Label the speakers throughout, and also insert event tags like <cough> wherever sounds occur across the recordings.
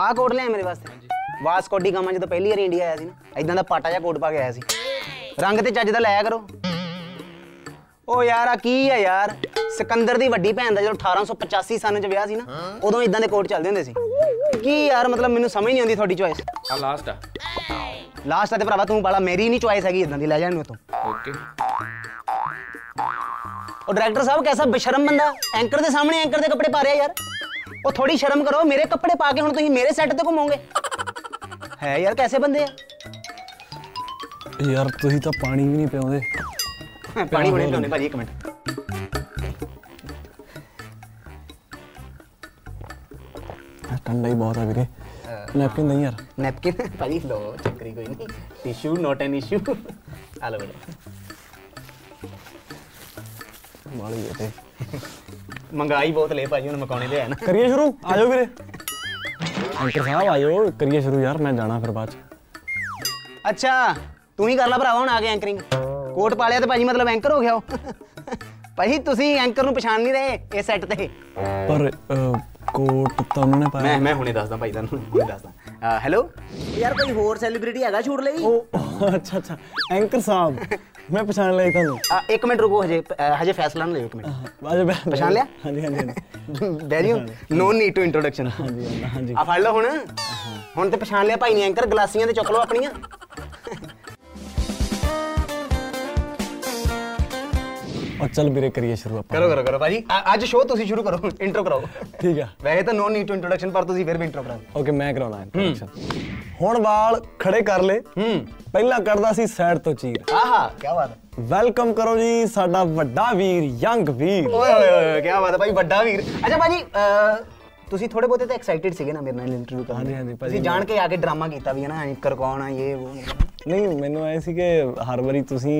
Speaker 1: ਆਹ ਕੋਟ ਲਿਆ ਮੇਰੇ ਵਾਸਤੇ ਵਾਸਕੋਡੀ ਗਾਮਾ ਜਦੋਂ ਪਹਿਲੀ ਵਾਰ ਇੰਡੀਆ ਆਇਆ ਸੀ ਨਾ ਐਦਾਂ ਦਾ ਪਾਟਾ ਜਿਹਾ ਕੋਟ ਪਾ ਕੇ ਆਇਆ ਸੀ ਰੰਗ ਤੇ ਚੱਜ ਦਾ ਲਾਇਆ ਕਰੋ ਓ ਯਾਰ ਆ ਕੀ ਆ ਯਾਰ ਸਿਕੰਦਰ ਦੀ ਵੱਡੀ ਭੈਣ ਦਾ ਜਦੋਂ 1885 ਸਨ ਚ ਵਿਆਹ ਸੀ ਨਾ ਉਦੋਂ ਇਦਾਂ ਦੇ ਕੋਟ ਚੱਲਦੇ ਹੁੰਦੇ ਸੀ ਕੀ ਯਾਰ ਮਤਲਬ ਮੈਨੂੰ ਸਮਝ ਨਹੀਂ ਆਉਂਦੀ ਤੁਹਾਡੀ ਚੋਇਸ
Speaker 2: ਆ ਲਾਸਟ ਆ
Speaker 1: ਲਾਸਟ ਤੇ ਭਰਾਵਾ ਤੂੰ ਬਾਲਾ ਮੇਰੀ ਨਹੀਂ ਚੋਇਸ ਹੈਗੀ ਇਦਾਂ ਦੀ ਲੈ ਜਾਣ ਨੂੰ ਤੂੰ
Speaker 2: ਓਕੇ
Speaker 1: ਉਹ ਡਾਇਰੈਕਟਰ ਸਾਹਿਬ ਕੈਸਾ ਬੇਸ਼ਰਮ ਬੰਦਾ ਐਂਕਰ ਦੇ ਸਾਹਮਣੇ ਐਂਕਰ ਦੇ ਕੱਪੜੇ ਪਾ ਰਿਹਾ ਯਾਰ ਉਹ ਥੋੜੀ ਸ਼ਰਮ ਕਰੋ ਮੇਰੇ ਕੱਪੜੇ ਪਾ ਕੇ ਹੁਣ ਤੁਸੀਂ ਮੇਰੇ ਸੈੱਟ ਤੇ ਘੁੰਮੋਗੇ ਹੈ ਯਾਰ ਕੈਸੇ ਬੰਦੇ ਆ
Speaker 3: ਯਾਰ ਤੁਸੀਂ ਤਾਂ ਪਾਣੀ ਵੀ ਨਹੀਂ ਪਿਆਉਂਦੇ
Speaker 1: ਪਾਣੀ ਬਣੇ ਲਿਆਉਣੇ ਭਾਜੀ ਇੱਕ ਮਿੰਟ
Speaker 3: ਆਹ ਠੰਡਾ ਹੀ ਬਹੁਤ ਆ ਵੀਰੇ ਨੈਪਕਿਨ ਨਹੀਂ ਯਾਰ
Speaker 1: ਨੈਪਕਿਨ ਭਾਜੀ ਲੋ ਚੱਕਰੀ ਕੋਈ ਨਹੀਂ ਟਿਸ਼ੂ ਨੋਟ ਐਨ ਇਸ਼ੂ ਆ ਲੋ ਬੇਟਾ
Speaker 3: ਵਾਲੀ ਹੈ ਤੇ
Speaker 1: ਮੰਗਾਈ ਬਹੁਤ ਲੈ ਭਾਜੀ ਹੁਣ ਮਕਾਉਣੇ ਲਿਆ ਨਾ
Speaker 3: ਕਰੀਏ ਸ਼ੁਰੂ ਆਜੋ ਵੀਰੇ ਅੰਕਲ ਸਾਹਿਬ ਆਜੋ ਕਰੀਏ ਸ਼ੁਰੂ ਯਾਰ ਮੈਂ ਜਾਣਾ ਫਿਰ ਬਾਅਦ ਚ
Speaker 1: ਅੱਛਾ ਤੂੰ ਹੀ ਕਰ ਲੈ ਭਰਾਵਾ ਹੁਣ ਆ ਕੇ ਐਂਕਰਿੰਗ ਕੋਟ ਪਾ ਲਿਆ ਤੇ ਭਾਜੀ ਮਤਲਬ ਐਂਕਰ ਹੋ ਗਿਆ ਉਹ ਭਾਜੀ ਤੁਸੀਂ ਐਂਕਰ ਨੂੰ ਪਛਾਣ ਨਹੀਂ ਰਹੇ ਇਹ ਸੈੱਟ ਤੇ
Speaker 3: ਪਰ ਅਹ, ਕੋਟ ਤਾਂ ਉਹਨਾਂ ਨੇ ਪਾਇਆ
Speaker 1: ਮੈਂ ਹੁਣੇ ਦੱਸਦਾ ਭਾਈ ਤੁਹਾਨੂੰ ਹੁਣੇ ਦੱਸਦਾ ਹੈਲੋ ਯਾਰ ਕੋਈ ਹੋਰ ਸੈਲੀਬ੍ਰਿਟੀ ਹੈਗਾ ਛੂਟ ਲਈ
Speaker 3: ਉਹ ਅੱਛਾ ਅੱਛਾ ਐਂਕਰ ਸਾਹਿਬ ਮੈਂ ਪਛਾਣ ਲਿਆ ਜੀ ਤੁਹਾਨੂੰ
Speaker 1: ਆ, ਇੱਕ ਮਿੰਟ ਰੁਕੋ ਹਜੇ ਪ- ਅ, ਹਜੇ ਫੈਸਲਾ ਨਾ ਲਿਓ ਇੱਕ ਮਿੰਟ
Speaker 3: ਆਜੋ ਬੈ
Speaker 1: ਪਛਾਣ ਲਿਆ?
Speaker 3: ਹਾਂਜੀ ਹਾਂਜੀ ਹਾਂਜੀ।
Speaker 1: ਵੈਰੀ
Speaker 3: हाँ
Speaker 1: ਨੋ ਨੀਡ ਟੂ ਇੰਟਰੋਡਕਸ਼ਨ
Speaker 3: ਹਾਂਜੀ ਹਾਂਜੀ
Speaker 1: ਆ ਫੜ ਲਓ ਹੁਣ ਹੁਣ ਤੇ ਪਛਾਣ ਲਿਆ ਭਾਈ ਨੇ ਐਂਕਰ ਗਲਾਸੀਆਂ ਤੇ ਚੁੱਕ ਲਓ ਆਪਣੀਆਂ
Speaker 3: ਉਹ ਚੱਲ ਵੀਰੇ ਕਰੀਏ ਸ਼ੁਰੂ ਆਪਾਂ
Speaker 1: ਕਰੋ ਕਰੋ ਕਰੋ ਭਾਜੀ ਅ- ਅੱਜ ਸ਼ੋਅ ਤੁਸੀਂ ਸ਼ੁਰੂ ਕਰੋ ਇੰਟਰੋ ਕਰਾਓ
Speaker 3: ਠੀਕ ਆ
Speaker 1: ਵੈਸੇ ਤਾਂ ਨੋ ਨੀਡ ਟੂ ਇੰਟਰੋਡਕਸ਼ਨ ਪਰ ਤੁਸੀਂ ਫਿਰ ਵੀ ਇੰਟਰੋ ਕਰਾਓ
Speaker 3: ਓਕੇ ਮੈਂ ਕਰਾਉਣਾ ਇੰਟਰੋਡਕਸ਼ਨ ਹੁਣ ਵਾਲ ਖੜੇ ਕਰ ਲੈ ਹੂੰ ਪਹਿਲਾਂ ਕਰਦਾ ਸੀ ਸਾਈਡ ਤੋਂ ਚੀਰ
Speaker 1: ਆਹਾ ਕੀ ਬਾਤ ਹੈ
Speaker 3: ਵੈਲਕਮ ਕਰੋ ਜੀ ਸਾਡਾ ਵੱਡਾ ਵੀਰ ਯੰਗ ਵੀਰ
Speaker 1: ਓਏ ਹੋਏ ਹੋਏ ਕੀ ਬਾਤ ਹੈ ਭਾਈ ਵੱਡਾ ਵੀਰ ਅੱਛਾ ਭਾਜੀ ਅ, ਤੁਸੀਂ ਥੋੜੇ ਬਹੁਤੇ ਤਾਂ ਐਕਸਾਈਟਿਡ ਸੀਗੇ ਨਾ ਮੇਰੇ ਨਾਲ ਇੰਟਰਵਿਊ ਕਰਨ
Speaker 3: ਹਾਂਜੀ,
Speaker 1: ਲਈ।
Speaker 3: ਹਾਂਜੀ, ਭਾਜੀ,
Speaker 1: ਤੁਸੀਂ ਜਾਣ ਕੇ ਆ ਕੇ ਡਰਾਮਾ ਕੀਤਾ ਵੀ ਹੈ ਨਾ ਐਂਕਰ ਕੌਣ ਆ ਇਹ ਉਹ
Speaker 3: ਨਹੀਂ ਮੈਨੂੰ ਐ ਸੀ ਕਿ ਹਰ ਵਾਰੀ ਤੁਸੀਂ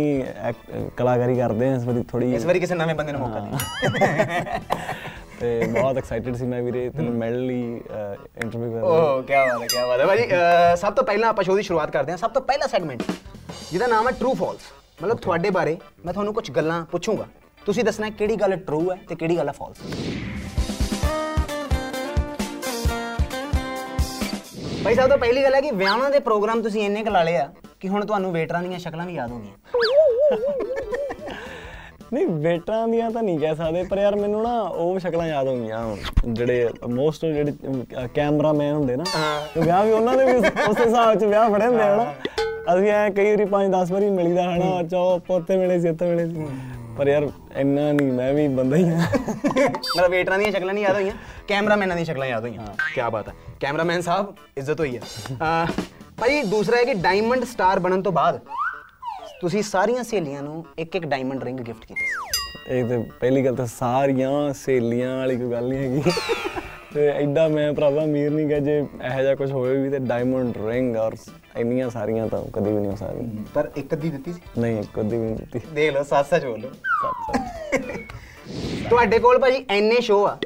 Speaker 3: ਐਕ- ਕਲਾਕਾਰੀ ਕਰਦੇ ਆ ਇਸ ਵਾਰੀ ਥੋੜੀ
Speaker 1: ਇਸ ਵਾਰੀ ਕਿਸੇ ਨਵੇਂ ਬੰਦੇ ਨੂੰ ਮੌਕਾ ਦੇ
Speaker 3: ਤੇ ਬਹੁਤ ਐਕਸਾਈਟਿਡ ਸੀ ਮੈਂ ਵੀਰੇ ਤੈਨੂੰ ਮਿਲਣ ਲਈ ਇੰਟਰਵਿਊ ਕਰਨ ਲਈ।
Speaker 1: ਓਹ ਕੀ ਬਾਤ ਹੈ ਕੀ ਬਾਤ ਹੈ ਭਾਜੀ ਅਹ, ਸਭ ਤੋਂ ਪਹਿਲਾਂ ਆਪਾਂ ਸ਼ੋਅ ਦੀ ਸ਼ੁਰੂਆਤ ਕਰਦੇ ਹਾਂ ਸਭ ਤੋਂ ਪਹਿਲਾ ਸੈਗਮੈਂਟ ਜਿਹਦਾ ਨਾਮ ਹੈ ਟਰੂ ਫਾਲਸ ਮਤਲਬ ਤੁਹਾਡੇ ਬਾਰੇ ਮੈਂ ਤੁਹਾਨੂੰ ਕੁਝ ਗੱਲਾਂ ਪੁੱਛੂੰਗਾ ਤੁਸੀਂ ਦੱਸਣਾ ਹੈ ਕਿਹੜੀ ਗੱਲ ਟਰੂ ਹੈ ਤੇ ਕਿਹੜੀ ਗੱਲ ਹੈ ਫਾਲਸ ਭਾਈ ਸਾਹਿਬ ਤੋਂ ਪਹਿਲੀ ਗੱਲ ਹੈ ਕਿ ਵਿਆਹਾਂ ਦੇ ਪ੍ਰੋਗਰਾਮ ਤੁਸੀਂ ਇੰਨੇ ਕੁ ਲਾ ਲਏ ਆ ਕਿ ਹੁਣ ਤੁਹਾਨੂੰ ਵੇਟਰਾਂ ਦੀਆਂ ਸ਼ਕਲਾਂ ਵੀ ਯਾਦ ਹੋ ਗਈਆਂ
Speaker 3: ਨਹੀਂ ਬੇਟਾਂ ਦੀਆਂ ਤਾਂ ਨਹੀਂ ਕਹਿ ਸਕਦੇ ਪਰ ਯਾਰ ਮੈਨੂੰ ਨਾ ਉਹ ਸ਼ਕਲਾਂ ਯਾਦ ਹੋ ਗਈਆਂ ਹੁਣ ਜਿਹੜੇ ਮੋਸਟ ਜਿਹੜੇ ਕੈਮਰਾਮੈਨ ਹੁੰਦੇ ਨਾ ਤੇ ਵਿਆਹ ਵੀ ਉਹਨਾਂ ਦੇ ਵੀ ਉਸ- ਉਸੇ ਹਿਸਾਬ 'ਚ ਵਿਆਹ ਫੜੇ ਹੁੰਦੇ ਹਨ ਅਸੀਂ ਐ ਕਈ ਵਾਰੀ 5-10 ਵਾਰੀ ਮਿਲੀਦਾ ਹਨਾ ਚਾਹ ਪੋਤੇ ਵੇਲੇ ਸੀ ਇੱਥੇ ਵੇਲੇ ਸੀ ਪਰ ਯਾਰ ਇੰਨਾ ਨਹੀਂ ਮੈਂ ਵੀ ਬੰਦਾ ਹੀ ਹਾਂ
Speaker 1: ਮਤਲਬ ਵੇਟਰਾਂ ਦੀਆਂ ਸ਼ਕਲਾਂ ਨਹੀਂ ਯਾਦ ਹੋਈਆਂ ਕੈਮਰਾਮੈਨਾਂ ਦੀਆਂ ਸ਼ਕਲਾਂ ਯਾਦ ਹੋਈਆਂ ਕੀ ਬਾਤ ਹੈ ਕੈਮਰਾਮੈਨ ਸਾਹਿਬ ਇੱਜ਼ਤ ਹੋਈ ਹੈ ਅਹ, ਭਾਈ ਦੂਸਰਾ ਹੈ ਕਿ ਡਾਇਮੰਡ ਸਟਾਰ ਬਣਨ ਤੋਂ ਬਾਅਦ ਤੁਸੀਂ ਸਾਰੀਆਂ ਸਹੇਲੀਆਂ ਨੂੰ ਇੱਕ ਇੱਕ ਡਾਇਮੰਡ ਰਿੰਗ ਗਿਫਟ ਕੀਤੀ ਸੀ
Speaker 3: ਇਹ ਤੇ ਪਹਿਲੀ ਗੱਲ ਤਾਂ ਸਾਰੀਆਂ ਸਹੇਲੀਆਂ ਵਾਲੀ ਕੋਈ ਗੱਲ ਨਹੀਂ ਹੈਗੀ ਤੇ ਐਡਾ ਮੈਂ ਭਰਾਵਾ ਅਮੀਰ ਨਹੀਂ ਗਾ ਜੇ ਇਹੋ ਜਿਹਾ ਕੁਝ ਹੋਵੇ ਵੀ ਤੇ ਡਾਇਮੰਡ ਰਿੰਗ ਔਰ ਇੰਨੀਆਂ ਸਾਰੀਆਂ ਤਾਂ ਕਦੀ ਵੀ ਨਹੀਂ ਹੋ ਸਕਦੀਆਂ
Speaker 1: ਪਰ ਇੱਕ ਅੱਧੀ ਦਿੱਤੀ ਸੀ
Speaker 3: ਨਹੀਂ ਕਦੀ ਵੀ ਨਹੀਂ ਦਿੱਤੀ
Speaker 1: ਦੇਖ ਲਓ ਸੱਚ ਸੱਚ ਬੋਲੋ
Speaker 3: ਸੱਚ ਸੱਚ
Speaker 1: ਤੁਹਾਡੇ ਕੋਲ ਭਾਜੀ ਐਨੇ ਸ਼ੋਅ ਆ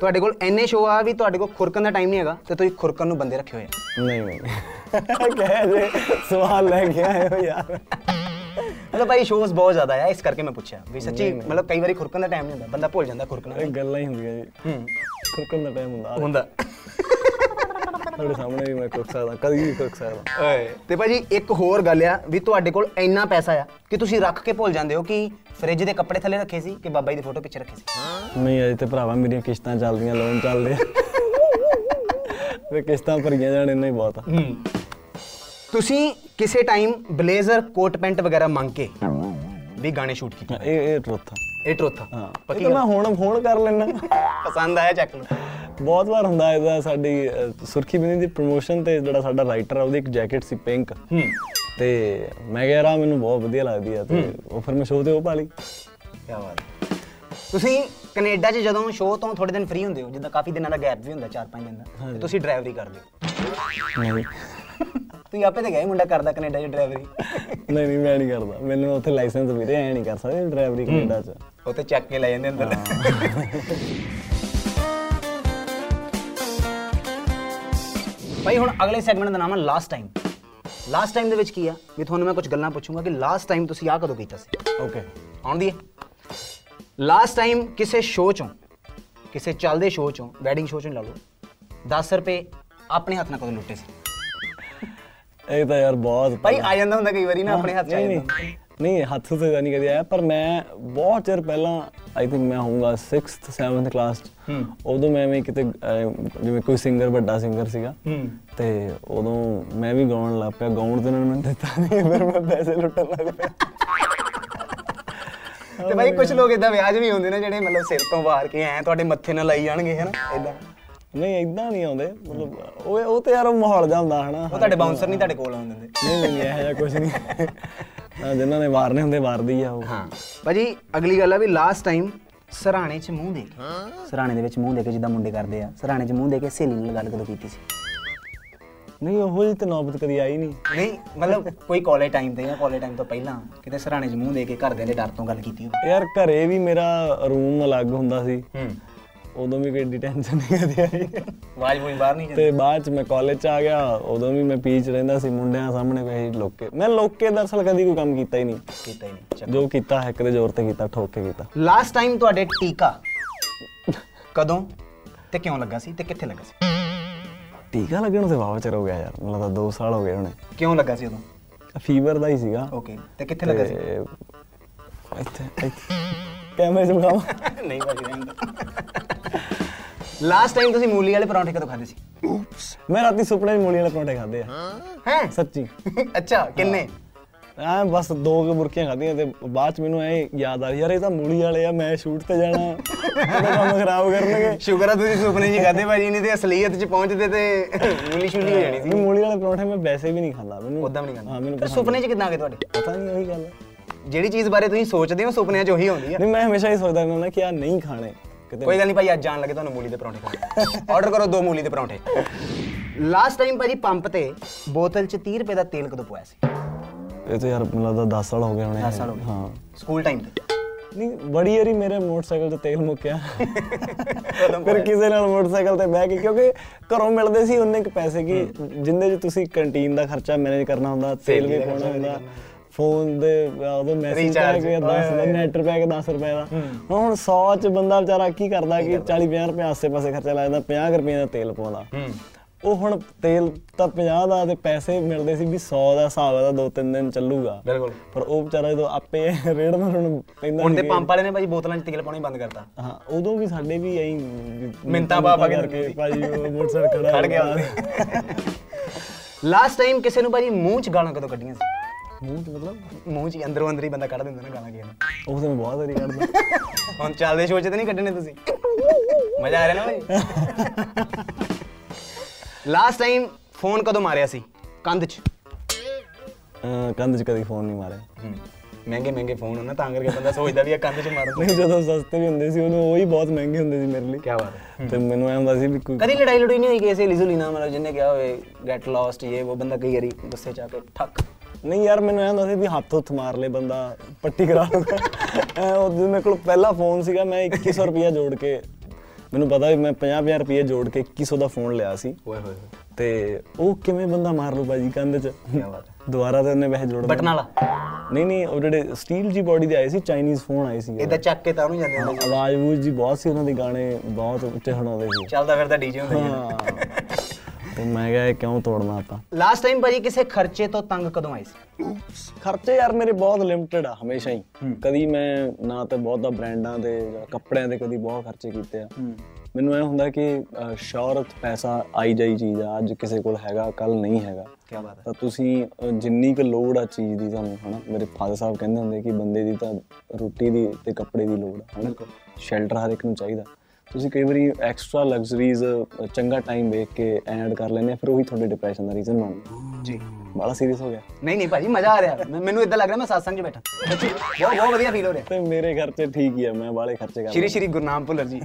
Speaker 1: ਤੁਹਾਡੇ ਕੋਲ ਐਨੇ ਸ਼ੋਅ ਆ ਵੀ ਤੁਹਾਡੇ ਕੋਲ ਖੁਰਕਣ ਦਾ ਟਾਈਮ ਨਹੀਂ ਹੈਗਾ ਤੇ ਤੁਸੀਂ ਖੁਰਕਣ ਨੂੰ ਬੰਦੇ ਰੱਖੇ ਹੋਏ ਆ
Speaker 3: ਨਹੀਂ ਨਹੀਂ <laughs> ਕਹਿ ਜੇ ਸਵਾਲ ਲੈ ਕੇ ਆਏ ਹੋ ਯਾਰ
Speaker 1: ਮਤਲਬ ਭਾਈ ਸ਼ੋਅਸ ਬਹੁਤ ਜ਼ਿਆਦਾ ਆ ਇਸ ਕਰਕੇ ਮੈਂ ਪੁੱਛਿਆ ਵੀ ਸੱਚੀ ਮਤਲਬ ਕਈ ਵਾਰੀ ਖੁਰਕਣ ਦਾ ਟਾਈਮ ਨਹੀਂ ਹੁੰਦਾ ਬੰਦਾ ਭੁੱਲ ਜਾਂਦਾ ਖੁਰਕਣਾ
Speaker 3: ਇਹ ਗੱਲਾਂ ਹੀ ਹੁੰਦੀਆਂ ਜੀ ਹੂੰ ਕੁੱਕਣ ਦਾ ਟਾਈਮ ਹੁੰਦਾ
Speaker 1: ਹੁੰਦਾ
Speaker 3: ਤੁਹਾਡੇ ਸਾਹਮਣੇ ਵੀ ਮੈਂ ਕੁੱਕ ਸਕਦਾ ਕਦੀ ਵੀ ਕੁੱਕ ਸਕਦਾ
Speaker 1: ਓਏ ਤੇ ਭਾਜੀ ਇੱਕ ਹੋਰ ਗੱਲ ਆ ਵੀ ਤੁਹਾਡੇ ਕੋਲ ਇੰਨਾ ਪੈਸਾ ਆ ਕਿ ਤੁਸੀਂ ਰੱਖ ਕੇ ਭੁੱਲ ਜਾਂਦੇ ਹੋ ਕਿ ਫ੍ਰਿਜ ਦੇ ਕੱਪੜੇ ਥੱਲੇ ਰੱਖੇ ਸੀ ਕਿ ਬਾਬਾ ਜੀ ਦੀ ਫੋਟੋ ਪਿੱਛੇ ਰੱਖੇ ਸੀ
Speaker 3: ਨਹੀਂ ਅਜੇ ਤੇ ਭਰਾਵਾ ਮੇਰੀਆਂ ਕਿਸ਼ਤਾਂ ਚੱਲਦੀਆਂ ਲੋਨ ਚੱਲਦੇ <laughs> ਆ। ਤੇ ਕਿਸ਼ਤਾਂ ਭਰੀਆਂ ਜਾਣ ਇੰਨਾ ਹੀ ਬਹੁਤ ਆ
Speaker 1: ਤੁਸੀਂ ਕਿਸੇ ਟਾਈਮ ਬਲੇਜ਼ਰ ਕੋਟ ਪੈਂਟ ਵਗੈਰਾ ਮੰਗ ਕੇ ਵੀ ਗਾਣੇ ਸ਼ੂਟ ਕੀਤੇ
Speaker 3: ਇਹ ਇਹ ਟਰੁੱਥ ਆ
Speaker 1: ਇਹ ਟਰੁੱਥ ਆ
Speaker 3: ਹਾਂ ਇਹ
Speaker 1: ਪੱਕੀ
Speaker 3: ਤਾਂ ਮੈਂ ਹੁਣ ਹੁਣ ਕਰ ਲੈਣਾ
Speaker 1: ਪਸੰਦ ਆਇਆ ਚੱਕ ਲਓ
Speaker 3: ਬਹੁਤ ਵਾਰ ਹੁੰਦਾ ਇਹਦਾ ਸਾਡੀ ਅਹ, ਸੁਰਖੀ ਬਿੰਦੀ ਦੀ ਪ੍ਰੋਮੋਸ਼ਨ ਤੇ ਜਿਹੜਾ ਸਾਡਾ ਰਾਈਟਰ ਆ ਉਹਦੀ ਇੱਕ ਜੈਕਟ ਸੀ ਪਿੰਕ ਹੂੰ ਤੇ ਮੈਂ ਕਿਹਾ ਯਾਰ ਆਹ ਮੈਨੂੰ ਬਹੁਤ ਵਧੀਆ ਲੱਗਦੀ ਆ ਤੇ ਉਹ ਫਿਰ ਮੈਂ ਸ਼ੋਅ ਤੇ ਉਹ ਪਾ ਲਈ
Speaker 1: ਕੀ ਬਾਤ ਹੈ। ਤੁਸੀਂ ਕੈਨੇਡਾ 'ਚ ਜਦੋਂ ਸ਼ੋਅ ਤੋਂ ਥੋੜੇ ਦਿਨ ਫ੍ਰੀ ਹੁੰਦੇ ਹੋ ਜਿੱਦਾਂ ਕਾਫੀ ਦਿਨਾਂ ਦਾ ਗੈਪ ਵੀ ਹੁੰਦਾ 4-5 ਦਿਨ ਦਾ ਤੇ ਤੁਸੀਂ ਡਰਾਈਵਰੀ ਕਰਦੇ ਹੋ
Speaker 3: ਨਹੀਂ
Speaker 1: ਤੁਸੀਂ ਆਪੇ ਤਾਂ ਗਏ ਮੁੰਡਾ ਕਰਦਾ ਕੈਨੇਡਾ 'ਚ ਡਰਾਈਵਰੀ
Speaker 3: ਨਹੀਂ ਨਹੀਂ ਮੈਂ ਨਹੀਂ ਕਰਦਾ ਮੈਨੂੰ ਉੱਥੇ ਲਾਇਸੈਂਸ ਵੀਰੇ ਐ ਨਹੀਂ ਕਰ ਸਕਦੇ ਡਰਾਈਵਰੀ ਕੈਨੇਡਾ ਚ
Speaker 1: ਉਹ ਤੇ ਚੱਕ ਕੇ ਲੈ ਜਾਂਦੇ ਅੰਦਰ ਭਾਈ ਹੁਣ ਅਗਲੇ ਸੈਗਮੈਂਟ ਦਾ ਨਾਮ ਹੈ ਲਾਸਟ ਟਾਈਮ ਲਾਸਟ ਟਾਈਮ ਦੇ ਵਿੱਚ ਕੀ ਆ ਵੀ ਤੁਹਾਨੂੰ ਮੈਂ ਕੁਝ ਗੱਲਾਂ ਪੁੱਛੂੰਗਾ ਕਿ ਲਾਸਟ ਟਾਈਮ ਤੁਸੀਂ ਆਹ ਕਦੋਂ ਕੀਤਾ ਸੀ
Speaker 3: ਓਕੇ
Speaker 1: ਆਉਣ ਦੀ ਲਾਸਟ ਟਾਈਮ ਕਿਸੇ ਸ਼ੋਅ ਚੋਂ ਕਿਸੇ ਚੱਲਦੇ ਸ਼ੋਅ ਚੋਂ ਵੈਡਿੰਗ ਸ਼ੋਅ ਚੋਂ ਲਾ ਲਓ 10 ਰੁਪਏ ਆਪਣੇ ਹੱਥ ਨਾਲ ਕਦੋਂ ਲੁੱਟੇ ਸੀ
Speaker 3: ਇਹ ਤਾਂ ਯਾਰ ਬਹੁਤ
Speaker 1: ਭਾਈ ਆ ਜਾਂਦਾ ਹੁੰਦਾ ਕਈ ਵਾਰੀ ਨਾ ਆਪਣੇ ਹੱਥ ਚ ਆ
Speaker 3: ਨਹੀਂ
Speaker 1: ਜਾਂਦਾ।
Speaker 3: ਨਹੀਂ ਨਹੀਂ ਹੱਥ ਤੋਂ ਤਾਂ ਨਹੀਂ ਕਦੀ ਆਇਆ ਪਰ ਮੈਂ ਬਹੁਤ ਚਿਰ ਪਹਿਲਾਂ ਆਈ ਥਿੰਕ ਮੈਂ ਹੋਊਂਗਾ 6th 7th ਕਲਾਸ ਚ ਉਦੋਂ ਮੈਂ ਵੀ ਕਿਤੇ ਅਹ, ਜਿਵੇਂ ਕੋਈ ਸਿੰਗਰ ਵੱਡਾ ਸਿੰਗਰ ਸੀਗਾ ਤੇ ਉਦੋਂ ਮੈਂ ਵੀ ਗਾਉਣ ਲੱਗ ਪਿਆ ਗਾਉਣ ਤੇ ਉਹਨਾਂ ਨੇ ਦਿੱਤਾ ਨਹੀਂ ਫਿਰ ਮੈਂ ਪੈਸੇ ਲੁੱਟਣ ਲੱਗ ਪਿਆ
Speaker 1: ਤੇ ਭਾਈ ਕੁਝ ਲੋਕ ਇਦਾਂ ਵਿਆਹ 'ਚ ਵੀ ਹੁੰਦੇ ਨੇ ਜਿਹੜੇ ਮਤਲਬ ਸਿਰ ਤੋਂ ਵਾਰ ਕੇ ਐ ਤੁਹਾਡੇ ਮੱਥੇ ਨਾਲ ਲਾਈ ਜਾਣਗੇ ਹਨਾ ਇਦਾਂ
Speaker 3: ਨਹੀਂ ਇਦਾਂ ਨਹੀਂ ਆਉਂਦੇ ਮਤਲਬ ਉਹ ਉਹ ਤੇ ਯਾਰ ਉਹ ਮਾਹੌਲ ਜਾਂ ਹੁੰਦਾ ਹਨਾ
Speaker 1: ਉਹ ਤੁਹਾਡੇ ਬਾਉਂਸਰ ਨਹੀਂ ਤੁਹਾਡੇ ਕੋਲ ਆਉਂਦੇ
Speaker 3: ਨਹੀਂ ਨਹੀਂ ਇਹੋ ਜਿਹਾ ਕੁਝ ਨਹੀਂ ਹਾਂ, ਜਿਨ੍ਹਾਂ ਨੇ ਵਾਰਨੇ ਹੁੰਦੇ ਵਾਰਦੀ ਆ ਉਹ
Speaker 1: ਹਾਂ ਭਾਜੀ ਅਗਲੀ ਗੱਲ ਆ ਵੀ ਲਾਸਟ ਟਾਈਮ ਸਰਾਣੇ 'ਚ ਮੂੰਹ ਦੇ ਕੇ ਸਰਾਣੇ ਦੇ ਵਿੱਚ ਮੂੰਹ ਦੇ ਕੇ ਜਿੱਦਾਂ ਮੁੰਡੇ ਕਰਦੇ ਆ ਸਰਾਣੇ 'ਚ ਮੂੰਹ ਦੇ ਕੇ ਸਹੇਲੀ ਨਾਲ ਗੱਲ ਕਦੋਂ ਕੀਤੀ ਸੀ
Speaker 3: ਨਹੀਂ ਉਹ ਜਿਹੀ ਤਾਂ ਨੌਬਤ ਕਦੀ ਆਈ ਨਹੀਂ
Speaker 1: ਨਹੀਂ ਮਤਲਬ ਕੋਈ ਕਾਲਜ ਟਾਈਮ ਤੇ ਜਾਂ ਕਾਲਜ ਟਾਈਮ ਤੋਂ ਪਹਿਲਾਂ ਕਿਤੇ ਸਰਾਣੇ 'ਚ ਮੂੰਹ ਦੇ ਕੇ ਘਰਦਿਆਂ ਦੇ ਡਰ ਤੋਂ ਗੱਲ ਕੀਤੀ ਹੋਵੇ
Speaker 3: ਯਾਰ ਘਰੇ ਵੀ ਮੇਰਾ ਰੂਮ ਅਲੱਗ ਹੁੰਦਾ ਸੀ
Speaker 1: ਹੂੰ
Speaker 3: ਉਦੋਂ ਵੀ ਕੋਈ ਏਡੀ ਟੈਨਸ਼ਨ ਨਹੀਂ ਕਦੀ ਆਈ
Speaker 1: ਆਵਾਜ਼ ਮੂੰਹ ਬਾਹਰ ਨਹੀਂ ਜਾਂਦੀ
Speaker 3: ਤੇ ਬਾਅਦ ਚ ਮੈਂ ਕਾਲਜ ਚ ਆ ਗਿਆ ਉਦੋਂ ਵੀ ਮੈਂ ਪੀਚ ਰਹਿੰਦਾ ਸੀ ਮੁੰਡਿਆਂ ਸਾਹਮਣੇ ਕੋਈ ਲੋਕੇ ਮੈਂ ਲੋਕੇ ਦਰਸਲ ਕਦੀ ਕੋਈ ਕੰਮ ਕੀਤਾ ਹੀ ਨਹੀਂ
Speaker 1: ਕੀਤਾ ਹੀ ਨਹੀਂ
Speaker 3: ਜੋ ਕੀਤਾ ਹੈ ਦੇ ਜ਼ੋਰ ਤੇ ਕੀਤਾ ਠੋਕ ਕੇ ਕੀਤਾ
Speaker 1: ਲਾਸਟ ਟਾਈਮ ਤੁਹਾਡੇ ਟੀਕਾ ਕਦੋਂ ਤੇ ਕਿਉਂ ਲੱਗਾ ਸੀ ਤੇ ਕਿੱਥੇ ਲੱਗਾ ਸੀ
Speaker 3: ਟੀਕਾ ਲੱਗਣ ਤੇ ਵਾਵਾ ਚਿਰ ਹੋ ਗਿਆ ਯਾਰ ਮੈਨੂੰ ਲੱਗਦਾ 2 ਸਾਲ ਹੋ ਗਏ ਹੁਣੇ
Speaker 1: ਕਿਉਂ ਲੱਗਾ ਸੀ ਉਦੋਂ
Speaker 3: ਫੀਵਰ ਦਾ ਹੀ ਸੀਗਾ
Speaker 1: ਓਕੇ ਤੇ ਕਿੱਥੇ ਲੱਗਾ ਸੀ
Speaker 3: ਤੇ ਇੱਥੇ ਇੱਥੇ ਕੈਮਰੇ ਚ ਬੁਲਾਵਾ
Speaker 1: <laughs> ਨਹੀਂ ਭਾਜੀ ਲਾਸਟ ਟਾਈਮ ਤੁਸੀਂ ਮੂਲੀ ਵਾਲੇ ਪਰੌਂਠੇ ਕਦੋਂ ਖਾਦੇ ਸੀ
Speaker 3: ਮੈਂ ਰਾਤੀ ਸੁਪਨੇ ਚ ਮੂਲੀ ਵਾਲੇ ਪਰੌਂਠੇ ਖਾਦੇ ਆ
Speaker 1: ਹੈ
Speaker 3: ਸੱਚੀ
Speaker 1: ਅੱਛਾ ਕਿੰਨੇ
Speaker 3: ਆ ਬਸ ਦੋ ਕੁ ਬੁਰਕੀਆਂ ਖਾਧੀਆਂ ਤੇ ਬਾਅਦ ਚ ਮੈਨੂੰ ਐ ਯਾਦ ਆ ਯਾਰ ਇਹ ਤਾਂ ਮੂਲੀ ਵਾਲੇ ਆ ਮੈਂ ਸ਼ੂਟ ਤੇ ਜਾਣਾ ਇਹਦਾ ਕੰਮ ਖਰਾਬ ਕਰਨਗੇ
Speaker 1: ਸ਼ੁਕਰ ਆ ਤੁਸੀਂ ਸੁਪਨੇ ਜੀ ਖਾਦੇ ਭਾਜੀ ਨਹੀਂ ਤੇ ਅਸਲੀਅਤ ਚ ਪਹੁੰਚਦੇ ਤੇ ਮੂਲੀ ਸ਼ੂਲੀ ਹੋ ਜਾਣੀ ਸੀ
Speaker 3: ਨਹੀਂ ਮੂਲੀ ਵਾਲੇ ਪਰੌਂਠੇ ਮੈਂ ਵੈਸੇ ਵੀ ਨਹੀਂ ਖਾਂਦਾ ਮੈਨੂੰ
Speaker 1: ਉਦਾਂ ਵੀ ਨਹੀਂ
Speaker 3: ਹਾਂ ਮੈਨੂੰ
Speaker 1: ਖਾਂਦੇ ਤੇ ਸੁਪਨੇ ਚ ਕਿਦਾਂ ਆ ਗਏ ਤੁਹਾਡੇ
Speaker 3: ਪਤਾ ਨਹੀਂ ਉਹੀ ਗੱਲ ਹੈ।
Speaker 1: ਜਿਹੜੀ ਚੀਜ਼ ਬਾਰੇ ਤੁਸੀਂ ਸੋਚਦੇ ਹੋ ਸੁਪਨਿਆਂ ਚ ਉਹੀ ਆਉਂਦੀ ਆ
Speaker 3: ਨਹੀਂ ਮੈਂ ਹਮੇਸ਼ਾ ਹੀ ਸੋਚਦਾ ਰਹਿੰਦਾ ਹੁੰਦਾ ਕਿ ਆ ਨਹੀਂ ਖਾਣੇ ਕਿਤੇ
Speaker 1: ਕੋਈ ਗੱਲ ਨਹੀਂ ਭਾਈ ਅੱਜ ਜਾਣ ਲੱਗੇ ਤੁਹਾਨੂੰ ਮੂਲੀ ਦੇ ਪਰੌਂਠੇ ਖਾਣੇ ਆਰਡਰ ਕਰੋ ਦੋ ਮੂਲੀ ਦੇ ਪਰੌਂਠੇ ਲਾਸਟ ਟਾਈਮ ਭਾਜੀ ਪੰਪ ਤੇ ਬੋਤਲ ਚ 30 ਰੁਪਏ ਦਾ ਤੇਲ ਕਦੋਂ ਪਵਾਇਆ ਸੀ
Speaker 3: ਇਹ ਤਾਂ ਯਾਰ ਮੈਨੂੰ ਲੱਗਦਾ 10 ਸਾਲ ਹੋ ਗਏ ਹੋਣੇ
Speaker 1: 10 ਸਾਲ ਹੋ ਗਏ
Speaker 3: ਹਾਂ
Speaker 1: ਸਕੂਲ ਟਾਈਮ ਤੇ
Speaker 3: ਨਹੀਂ ਬੜੀ ਯਾਰੀ ਮੇਰੇ ਮੋਟਰਸਾਈਕਲ ਤੇ ਤੇਲ ਮੁੱਕਿਆ
Speaker 1: ਕਦੋਂ
Speaker 3: ਫਿਰ ਕਿਸੇ ਨਾਲ ਮੋਟਰਸਾਈਕਲ ਤੇ ਬਹਿ ਕੇ ਕਿਉਂਕਿ ਘਰੋਂ ਮਿਲਦੇ ਸੀ ਉਨੇ ਕੁ ਪੈਸੇ ਕਿ ਜਿੰਦੇ ਚ ਤੁਸੀਂ ਕੰਟੀਨ ਦਾ ਖਰਚਾ ਮੈਨੇਜ ਕਰਨਾ ਹੁੰਦਾ ਤੇਲ ਵੀ ਪਾਉਣਾ ਹੁੰਦਾ ਫੋਨ ਦੇ ਉਹਦੇ ਮੈਸੇਜ ਆ
Speaker 1: Recharge,
Speaker 3: ਗਏ 10 ਦਾ ਨੈਟ ਰੁਪਏ ਕੇ 10 ਰੁਪਏ ਦਾ ਹੁਣ 100 ਚ ਬੰਦਾ ਵਿਚਾਰਾ ਕੀ ਕਰਦਾ ਕਿ 40 50 ਰੁਪਏ ਆਸੇ-ਪਾਸੇ ਖਰਚਾ ਲਾ ਜਾਂਦਾ 50 ਰੁਪਏ ਦਾ ਤੇਲ ਪਾਉਂਦਾ ਉਹ ਹੁਣ ਤੇਲ ਤਾਂ 50 ਦਾ ਤੇ ਪੈਸੇ ਮਿਲਦੇ ਸੀ ਵੀ 100 ਦਾ ਹਿਸਾਬ ਦਾ ਦੋ ਤਿੰਨ ਦਿਨ ਚੱਲੂਗਾ
Speaker 1: ਬਿਲਕੁਲ
Speaker 3: ਪਰ ਉਹ ਵਿਚਾਰਾ ਜਦੋਂ ਆਪੇ ਰੇੜ ਮਰਨ ਪੈਂਦਾ
Speaker 1: ਹੁਣ ਤੇ
Speaker 3: ਸੀਗਾ।
Speaker 1: ਪੰਪ ਵਾਲੇ ਨੇ ਭਾਜੀ ਬੋਤਲਾਂ 'ਚ ਤੇਲ ਪਾਉਣਾ ਹੀ ਬੰਦ ਕਰਤਾ
Speaker 3: ਹਾਂ ਉਦੋਂ ਵੀ ਸਾਡੇ ਵੀ ਐਂ
Speaker 1: ਮਿੰਨਤਾਂ ਪਾ ਪਾ ਕੇ
Speaker 3: ਕਰਕੇ ਭਾਜੀ ਉਹ ਮੋਟਰਸਾਈਕਲ ਖੜਾ
Speaker 1: ਖੜ ਗਿਆ
Speaker 3: ਹੁੰਦਾ।
Speaker 1: ਲਾਸਟ ਟਾਈਮ ਕਿਸੇ ਨੂੰ ਭਾਜੀ ਮੂੰਹ 'ਚ ਗਾਲਾਂ ਕਦੋਂ ਕੱਢੀਆਂ ਸੀ
Speaker 3: ਮੂੰਹ ਚ ਮਤਲਬ
Speaker 1: ਮੂੰਹ 'ਚ ਹੀ ਅੰਦਰੋਂ ਅੰਦਰ ਹੀ ਬੰਦਾ ਕੱਢ ਦਿੰਦਾ ਨਾ ਗਾਲਾਂ ਕਿਸੇ ਨੂੰ
Speaker 3: ਉਸ ਦਿਨ ਬਹੁਤ ਵਾਰੀ ਕੱਢਦਾ
Speaker 1: ਹੁਣ ਚੱਲਦੇ ਸ਼ੋਅ 'ਚ ਤਾਂ ਨਹੀਂ ਕੱਢਣੇ ਤੁਸੀਂ ਮਜ਼ਾ ਆ ਰਿਹਾ ਨਾ ਭਾਈ ਲਾਸਟ ਟਾਈਮ ਫੋਨ ਕਦੋਂ ਮਾਰਿਆ ਸੀ ਕੰਧ 'ਚ
Speaker 3: ਅਹ ਕੰਧ 'ਚ ਕਦੀ ਫੋਨ ਨਹੀਂ ਮਾਰਿਆ
Speaker 1: ਮਹਿੰਗੇ ਮਹਿੰਗੇ ਫੋਨ ਹਨ ਤਾਂ ਕਰਕੇ ਬੰਦਾ ਸੋਚਦਾ ਵੀ ਇਹ ਕੰਧ 'ਚ ਮਾਰ
Speaker 3: ਨਹੀਂ ਜਦੋਂ ਸਸਤੇ ਵੀ ਹੁੰਦੇ ਸੀ ਉਦੋਂ ਉਹ ਹੀ ਬਹੁਤ ਮਹਿੰਗੇ ਹੁੰਦੇ ਸੀ ਮੇਰੇ ਲਈ
Speaker 1: ਕੀ ਬਾਤ ਹੈ
Speaker 3: ਤੇ ਮੈਨੂੰ ਐਂ ਹੁੰਦਾ ਸੀ ਵੀ ਕੋਈ
Speaker 1: ਕਦੀ ਲੜਾਈ ਲੜੂਈ ਨਹੀਂ ਹੋਈ ਕਿਸੇ ਲਿਜ਼ੁਲੀ ਨਾਲ ਮਤਲਬ ਜਿੰਨੇ ਕਿਹਾ ਹੋਵੇ ਗੈਟ ਲੌਸਟ ਇਹ ਉਹ ਬੰਦਾ ਕਈ ਵਾਰੀ ਗੁੱਸੇ 'ਚ ਆ ਕੇ ਠੱਕ
Speaker 3: ਨਹੀਂ ਯਾਰ ਮੈਨੂੰ ਐਂ ਹੁੰਦਾ ਸੀ ਵੀ ਹੱਥ ਹੁੱਥ ਮਾਰ ਲੇ ਬੰਦਾ ਪੱਟੀ ਕਰਾ ਲੂਗਾ ਐਂ ਉਦੋਂ ਮੇਰੇ ਕੋਲ ਪਹਿਲਾ ਫੋਨ ਸੀਗਾ ਮੈਂ 2100 ਰੁਪਇਆ ਜੋੜ ਕੇ ਮੈਨੂੰ ਪਤਾ ਵੀ ਮੈਂ 50000 ਰੁਪਇਆ ਜੋੜ ਕੇ 2100 ਦਾ ਫੋਨ ਲਿਆ ਸੀ
Speaker 1: ਓਏ ਹੋਏ ਹੋਏ
Speaker 3: ਤੇ ਉਹ ਕਿਵੇਂ ਬੰਦਾ ਮਾਰ ਲੂ ਭਾਜੀ ਕੰਧ 'ਚ
Speaker 1: ਕੀ ਬਾਤ ਹੈ
Speaker 3: ਦੁਬਾਰਾ ਤਾਂ ਉਹਨੇ ਵੈਸੇ ਜੋੜਨਾ
Speaker 1: ਬਟਨ ਵਾਲਾ
Speaker 3: ਨਹੀਂ ਨਹੀਂ ਉਹ ਜਿਹੜੇ ਸਟੀਲ ਜੀ ਬੋਡੀ ਦੇ ਆਏ ਸੀ ਚਾਈਨੀਜ਼ ਫੋਨ ਆਏ ਸੀ
Speaker 1: ਇਦਾਂ ਚੱਕ ਕੇ ਤਾਂ ਉਹਨੂੰ ਜਾਂਦੇ ਹੁੰਦੇ
Speaker 3: ਆਵਾਜ਼ ਵੂਜ ਜੀ ਬਹੁਤ ਸੀ ਉਹਨਾਂ ਦੇ ਗਾਣੇ ਬਹੁਤ ਉੱਚੇ ਸੁਣਾਉਂਦੇ ਸੀ
Speaker 1: ਸੀ। ਚੱਲਦਾ ਫਿਰਦਾ ਡੀਜੇ ਹੁੰਦਾ ਸੀ
Speaker 3: ਹਾਂ ਤੇ ਮੈਂ ਕਿਹਾ ਇਹ ਕਿਉਂ ਤੋੜਨਾ ਆਪਾਂ
Speaker 1: ਲਾਸਟ ਟਾਈਮ ਭਾਜੀ ਕਿਸੇ ਖਰਚੇ ਤੋਂ ਤੰਗ ਕਦੋਂ ਆਏ ਸੀ
Speaker 3: ਖਰਚੇ ਯਾਰ ਮੇਰੇ ਬਹੁਤ ਲਿਮਟਿਡ ਆ ਹਮੇਸ਼ਾ ਹੀ ਕਦੀ ਮੈਂ ਨਾ ਤਾਂ ਬਹੁਤਾ ਬ੍ਰਾਂਡਾਂ ਤੇ ਜਾਂ ਕੱਪੜਿਆਂ ਤੇ ਕਦੀ ਬਹੁਤ ਖਰਚੇ ਕੀਤੇ ਆ ਮੈਨੂੰ ਐ ਹੁੰਦਾ ਕਿ ਅ, ਸ਼ੌਹਰਤ ਪੈਸਾ ਆਈ ਜਾਈ ਚੀਜ਼ ਆ ਅੱਜ ਕਿਸੇ ਕੋਲ ਹੈਗਾ ਕੱਲ ਨਹੀਂ ਹੈਗਾ
Speaker 1: ਕੀ ਬਾਤ
Speaker 3: ਤਾਂ ਤੁਸੀਂ ਅ, ਜਿੰਨੀ ਕੁ ਲੋੜ ਆ ਚੀਜ਼ ਦੀ ਤੁਹਾਨੂੰ ਹਨਾ ਮੇਰੇ ਫਾਦਰ ਸਾਹਿਬ ਕਹਿੰਦੇ ਹੁੰਦੇ ਕਿ ਬੰਦੇ ਦੀ ਤਾਂ ਰੋਟੀ ਦੀ ਤੇ ਕੱਪੜੇ ਦੀ ਲੋੜ ਆ ਹਨਾ ਸ਼ੈਲਟਰ ਹਰ ਇੱਕ ਨੂੰ ਚਾਹੀਦਾ ਤੁਸੀਂ ਕਈ ਵਾਰੀ ਐਕਸਟਰਾ ਲਗਜ਼ਰੀਜ਼ ਚੰਗਾ ਟਾਈਮ ਵੇਖ ਕੇ ਐਡ ਕਰ ਲੈਂਦੇ ਆ ਫਿਰ ਉਹੀ ਤੁਹਾਡੇ ਡਿਪਰੈਸ਼ਨ ਦਾ ਰੀਜ਼ਨ ਬਣਦਾ
Speaker 1: ਜੀ
Speaker 3: ਬੜਾ ਸੀਰੀਅਸ ਹੋ ਗਿਆ
Speaker 1: ਨਹੀਂ ਨਹੀਂ ਭਾਜੀ ਮਜ਼ਾ ਆ ਰਿਹਾ ਮੈਂ- ਮੈਨੂੰ ਇਦਾਂ ਲੱਗ ਰਿਹਾ ਮੈਂ satsang 'ਚ ਬੈਠਾ ਸੱਚੀ ਬਹੁਤ ਬਹੁਤ ਵਧੀਆ ਫੀਲ ਹੋ ਰਿਹਾ
Speaker 3: ਤੇ ਮੇਰੇ ਖਰਚੇ ਠੀਕ ਹੀ ਆ ਮੈਂ ਬਾਹਲੇ ਖਰਚੇ ਕਰਦਾ
Speaker 1: ਸ਼੍ਰੀ ਸ਼੍ਰੀ ਗੁਰਨਾਮ ਭੁੱਲਰ ਜੀ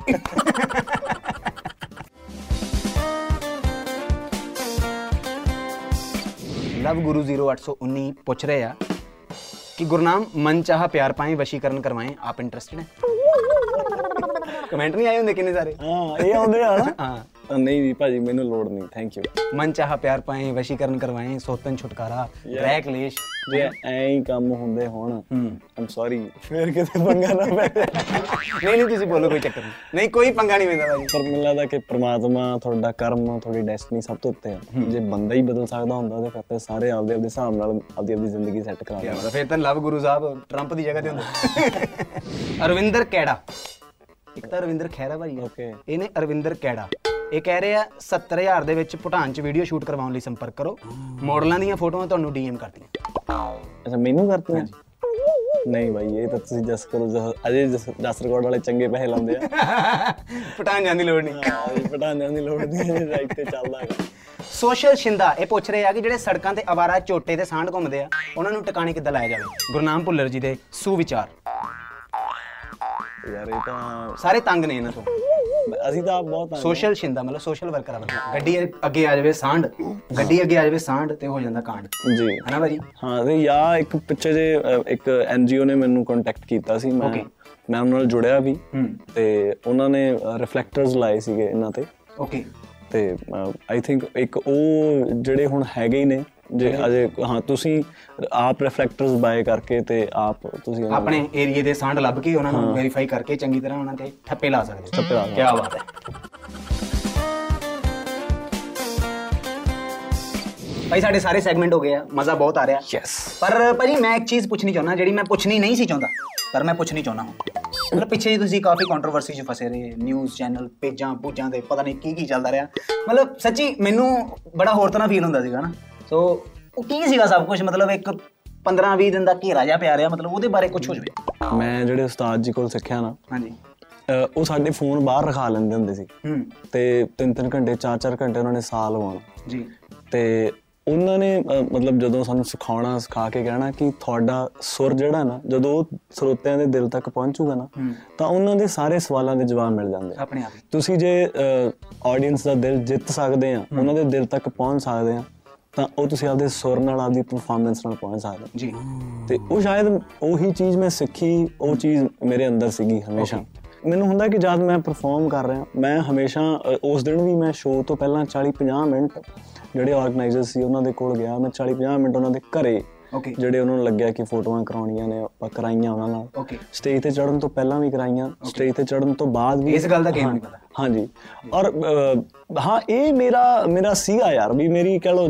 Speaker 1: ਲਵ ਗੁਰੂ 0819 ਪੁੱਛ ਰਹੇ ਆ ਕਿ ਗੁਰਨਾਮ ਮਨ ਚਾਹ ਪਿਆਰ ਪਾਏ ਵਸ਼ੀਕਰਨ ਕਰਵਾਏ ਆਪ ਇੰਟਰਸਟਿਡ ਹੈ ਕਮੈਂਟ ਨਹੀਂ ਆਏ ਹੁੰਦੇ ਕਿੰਨੇ ਸਾਰੇ
Speaker 3: ਹਾਂ ਇਹ ਆਉਂਦੇ ਆ ਨਾ
Speaker 1: ਹਾਂ
Speaker 3: ਅ, ਨਹੀਂ ਜੀ ਭਾਜੀ ਮੈਨੂੰ ਲੋੜ ਨਹੀਂ ਥੈਂਕ ਯੂ
Speaker 1: ਮਨ ਚਾਹਾ ਪਿਆਰ ਪਾਏ ਵਸ਼ੀਕਰਨ ਕਰਵਾਏ ਸੋਤਨ ਛੁਟਕਾਰਾ ਗ੍ਰਹਿ ਕਲੇਸ਼
Speaker 3: ਜੇ ਐਂ ਹੀ ਕੰਮ ਹੁੰਦੇ ਹੋਣ
Speaker 1: ਹੂੰ।
Speaker 3: ਆਮ ਸੌਰੀ ਫੇਰ ਕਿਤੇ ਪੰਗਾ ਨਾ ਪੈ
Speaker 1: ਨਹੀਂ ਨਹੀਂ ਤੁਸੀਂ ਬੋਲੋ ਕੋਈ ਚੱਕਰ ਨਹੀਂ ਨਹੀਂ ਕੋਈ ਪੰਗਾ ਨਹੀਂ ਪੈਂਦਾ ਭਾਜੀ
Speaker 3: ਪਰ ਮੈਨੂੰ ਲੱਗਦਾ ਕਿ ਪ੍ਰਮਾਤਮਾ ਤੁਹਾਡਾ ਕਰਮ ਤੁਹਾਡੀ ਡੈਸਟੀਨੀ ਸਭ ਤੋਂ ਉੱਤੇ ਹੈ ਜੇ ਬੰਦਾ ਹੀ ਬਦਲ ਸਕਦਾ ਹੁੰਦਾ ਤਾਂ ਫਿਰ ਤਾਂ ਸਾਰੇ ਆਪਦੇ ਆਪਦੇ ਹਿਸਾਬ ਨਾਲ ਆਪਦੀ ਆਪਦੀ ਜ਼ਿੰਦਗੀ ਸੈੱਟ ਕਰਾ
Speaker 1: ਕਿਆ
Speaker 3: ਲੈਂਦੇ।
Speaker 1: ਬਾਤ ਹੈ, ਫਿਰ ਤਾਂ ਲਵ ਗੁਰੂ ਸਾਹਿਬ ਟਰੰਪ ਦੀ ਜਗ੍ਹਾ ਤੇ ਹੁੰਦੇ ਅਰਵਿੰਦਰ ਕੈੜਾ ਇੱਕ ਤਾਂ ਅਰਵਿੰਦਰ ਖਹਿਰਾ ਭਾਜੀ ਆ।
Speaker 3: Okay.
Speaker 1: ਇਹਨੇ ਅਰਵਿੰਦਰ ਕੈੜਾ ਇਹ ਕਹਿ ਰਹੇ ਆ 70000 ਦੇ ਵਿੱਚ ਭੂਟਾਨ 'ਚ ਵੀਡੀਓ ਸ਼ੂਟ ਕਰਵਾਉਣ ਲਈ ਸੰਪਰਕ ਕਰੋ ਮਾਡਲਾਂ ਦੀਆਂ ਫੋਟੋਆਂ ਤੁਹਾਨੂੰ ਡੀਐਮ ਕਰਦੀਆਂ
Speaker 3: ਅੱਛਾ ਮੈਨੂੰ ਕਰਤੇ ਹੋ ਨਹੀਂ ਭਾਈ ਇਹ ਤਾਂ ਤੁਸੀਂ ਜਸ ਕਰੋ ਜਸ- ਅਜੇ ਜਸ ਜਸ ਰਿਕਾਰਡ ਵਾਲੇ ਚੰਗੇ ਪੈਸੇ ਲਾਉਂਦੇ ਆ
Speaker 1: ਭੂਟਾਨ ਜਾਣ ਦੀ ਲੋੜ ਨਹੀਂ
Speaker 3: ਹਾਂ ਇਹ ਪਟਾਣਿਆਂ ਦੀ ਲੋੜ ਨਹੀਂ ਹੈ ਰਾਈਟ ਤੇ ਚੱਲਦਾ ਹੈਗਾ
Speaker 1: ਸੋਸ਼ਲ ਸ਼ਿੰਦਾ ਇਹ ਪੁੱਛ ਰਹੇ ਆ ਕਿ ਜਿਹੜੇ ਸੜਕਾਂ ਤੇ ਅਵਾਰਾ ਝੋਟੇ ਤੇ ਸਾਂਢ ਘੁੰਮਦੇ ਆ ਉਹਨਾਂ ਨੂੰ ਟਿਕਾਣੇ ਕਿੱਦਾਂ ਲਾਇਆ ਜਾਵੇ ਗੁਰਨਾਮ ਭੁੱਲਰ ਜੀ ਦੇ ਸੁਵਿਚਾਰ
Speaker 3: ਯਾਰ ਇਹ ਤਾਂ
Speaker 1: ਸਾਰੇ ਤੰਗ ਨੇ ਇਹਨਾਂ ਤੋਂ
Speaker 3: ਅਸੀਂ ਤਾਂ ਆਪ ਬਹੁਤ ਤੰਗ
Speaker 1: ਸੋਸ਼ਲ ਸ਼ਿੰਦਾ ਮਤਲਬ ਸੋਸ਼ਲ ਵਰਕਰ ਆ ਬੰਦਾ ਗੱਡੀ ਅੱਗੇ ਆ ਜਾਵੇ ਸਾਂਢ ਗੱਡੀ ਅੱਗੇ ਆ ਜਾਵੇ ਸਾਂਢ ਤੇ ਹੋ ਜਾਂਦਾ ਕਾਂਡ
Speaker 3: ਹਾਂ। ਜੀ
Speaker 1: ਹਨਾ ਭਾਜੀ
Speaker 3: ਹਾਂ ਤੇ ਯਾ ਇੱਕ ਪਿੱਛੇ ਜੇ ਅ, ਇੱਕ ਐਨਜੀਓ ਨੇ ਮੈਨੂੰ ਕੰਟੈਕਟ ਕੀਤਾ ਸੀ ਮੈਂ
Speaker 1: Okay.
Speaker 3: ਮੈਂ ਉਹਨਾਂ ਨਾਲ ਜੁੜਿਆ ਵੀ
Speaker 1: ਹੂੰ
Speaker 3: ਤੇ ਉਹਨਾਂ ਨੇ ਰਿਫਲੈਕਟਰਸ ਲਾਏ ਸੀਗੇ ਇਹਨਾਂ ਤੇ
Speaker 1: ਓਕੇ
Speaker 3: ਤੇ ਆਈ ਥਿੰਕ ਇੱਕ ਉਹ ਜਿਹੜੇ ਹੁਣ ਹੈਗੇ ਹੀ ਨੇ ਜੇ ਅਜੇ ਹਾਂ ਤੁਸੀਂ ਆਪ ਰਿਫਲੈਕਟਰਸ ਬਾਏ ਕਰਕੇ ਤੇ ਆਪ ਤੁਸੀਂ ਇਹਨਾਂ
Speaker 1: ਆਪਣੇ ਏਰੀਏ ਦੇ ਸਾਂਢ ਲੱਭ ਕੇ ਉਹਨਾਂ ਨੂੰ ਵੈਰੀਫਾਈ ਕਰਕੇ ਚੰਗੀ ਤਰ੍ਹਾਂ ਉਹਨਾਂ ਤੇ ਠੱਪੇ ਲਾ ਸਕਦੇ
Speaker 3: ਠੱਪੇ ਲਾ ਸਕਦੇ।
Speaker 1: ਕੀ ਬਾਤ ਹੈ ਭਾਈ ਸਾਡੇ ਸਾਰੇ ਸੈਗਮੈਂਟ ਹੋ ਗਏ ਆ ਮਜ਼ਾ ਬਹੁਤ ਆ ਰਿਹਾ
Speaker 3: ਯੈਸ
Speaker 1: ਪਰ ਭਾਜੀ ਮੈਂ ਇੱਕ ਚੀਜ਼ ਪੁੱਛਣੀ ਚਾਹੁੰਦਾ ਜਿਹੜੀ ਮੈਂ ਪੁੱਛਣੀ ਨਹੀਂ ਸੀ ਚਾਹੁੰਦਾ ਪਰ ਮੈਂ ਪੁੱਛਣੀ ਚਾਹੁੰਦਾ ਹਾਂ ਮਤਲਬ ਪਿੱਛੇ ਜੀ ਤੁਸੀਂ ਕਾਫੀ ਕੰਟਰੋਵਰਸੀ 'ਚ ਫਸੇ ਰਹੇ ਨਿਊਜ਼ ਚੈਨਲ ਪੇਜਾਂ ਪੂਜਾਂ ਤੇ ਪਤਾ ਨਹੀਂ ਕੀ ਕੀ ਚੱਲਦਾ ਰਿਹਾ ਮਤਲਬ ਸੱਚੀ ਮੈਨੂੰ ਬੜਾ ਹੋਰ ਤਰ੍ਹਾਂ ਫੀਲ ਹੁੰਦਾ ਸੀਗਾ ਨਾ ਸੋ ਉਹ ਕੀ ਸੀਗਾ ਸਭ ਕੁਝ ਮਤਲਬ ਇੱਕ 15 20 ਦਿਨ ਦਾ ਘੇਰਾ ਜਿਹਾ ਪਿਆ ਰਿਹਾ ਮਤਲਬ ਉਹਦੇ ਬਾਰੇ ਕੁਝ ਹੋ ਜਾਵੇ
Speaker 3: ਮੈਂ ਜਿਹੜੇ ਉਸਤਾਦ ਜੀ ਕੋਲ ਸਿੱਖਿਆ ਨਾ
Speaker 1: ਹਾਂਜੀ
Speaker 3: ਅ, ਉਹ ਸਾਡੇ ਫੋਨ ਬਾਹਰ ਰਖਾ ਲੈਂਦੇ ਹੁੰਦੇ ਸੀ
Speaker 1: ਹੂੰ
Speaker 3: ਤੇ ਤਿੰਨ ਤਿੰਨ ਘੰਟੇ ਚਾਰ ਚਾਰ ਘੰਟੇ ਉਹਨਾਂ ਨੇ ਸਾਲ ਲਵਾਉਣਾ
Speaker 1: ਜੀ
Speaker 3: ਤੇ ਉਹਨਾਂ ਨੇ ਅ, ਮਤਲਬ ਜਦੋਂ ਸਾਨੂੰ ਸਿਖਾਉਣਾ ਸਿਖਾ ਕੇ ਕਹਿਣਾ ਕਿ ਤੁਹਾਡਾ ਸੁਰ ਜਿਹੜਾ ਨਾ ਜਦੋਂ ਉਹ ਸਰੋਤਿਆਂ ਦੇ ਦਿਲ ਤੱਕ ਪਹੁੰਚੂਗਾ ਨਾ
Speaker 1: ਹੂੰ
Speaker 3: ਤਾਂ ਉਹਨਾਂ ਦੇ ਸਾਰੇ ਸਵਾਲਾਂ ਦੇ ਜਵਾਬ ਮਿਲ ਜਾਂਦੇ ਆ।
Speaker 1: ਆਪਣੇ ਆਪ ਹੀ।
Speaker 3: ਤੁਸੀਂ ਜੇ ਆਡੀਅנס ਦਾ ਦਿਲ ਜਿੱਤ ਸਕਦੇ ਆ ਉਹਨਾਂ ਦੇ ਦਿਲ ਤੱਕ ਪਹੁੰਚ ਸਕਦੇ ਆ ਤਾਂ ਉਹ ਤੁਸੀਂ ਆਪਦੇ ਸੁਰ ਨਾਲ ਆਪਦੀ ਪਰਫਾਰਮੈਂਸ ਨਾਲ ਪਹੁੰਚ ਸਕਦੇ ਹੋ।
Speaker 1: ਜੀ
Speaker 3: ਤੇ ਉਹ ਸ਼ਾਇਦ ਉਹੀ ਚੀਜ਼ ਮੈਂ ਸਿੱਖੀ ਉਹ ਚੀਜ਼ ਮੇਰੇ ਅੰਦਰ ਸੀਗੀ ਹਮੇਸ਼ਾ ਮੈਨੂੰ ਹੁੰਦਾ ਕਿ ਜਦ ਮੈਂ ਪਰਫਾਰਮ ਕਰ ਰਿਹਾ ਮੈਂ ਹਮੇਸ਼ਾ ਅ, ਉਸ ਦਿਨ ਵੀ ਮੈਂ ਸ਼ੋਅ ਤੋਂ ਪਹਿਲਾਂ 40 50 ਮਿੰਟ ਜਿਹੜੇ ਆਰਗੇਨਾਈਜ਼ਰ ਸੀ ਉਹਨਾਂ ਦੇ ਕੋਲ ਗਿਆ ਮੈਂ 40 50 ਮਿੰਟ ਉਹਨਾਂ ਦੇ ਘਰੇ
Speaker 1: ਓਕੇ
Speaker 3: ਜਿਹੜੇ ਉਹਨਾਂ ਨੂੰ ਲੱਗਿਆ ਕਿ ਫੋਟੋਆਂ ਕਰਾਉਣੀਆਂ ਨੇ ਆਪਾਂ ਕਰਾਈਆਂ ਉਹਨਾਂ ਨਾਲ
Speaker 1: ਓਕੇ
Speaker 3: ਸਟੇਜ ਤੇ ਚੜਨ ਤੋਂ ਪਹਿਲਾਂ ਵੀ ਕਰਾਈਆਂ ਸਟੇਜ ਤੇ ਚੜਨ ਤੋਂ ਬਾਅਦ ਵੀ
Speaker 1: ਇਸ ਗੱਲ ਦਾ game ਨਹੀਂ ਪਤਾ।
Speaker 3: ਹਾਂਜੀ ਔਰ ਅ, ਹਾਂ ਇਹ ਮੇਰਾ ਮੇਰਾ ਸੀਗਾ ਯਾਰ ਵੀ ਮੇਰੀ ਕਹਿ ਲੋ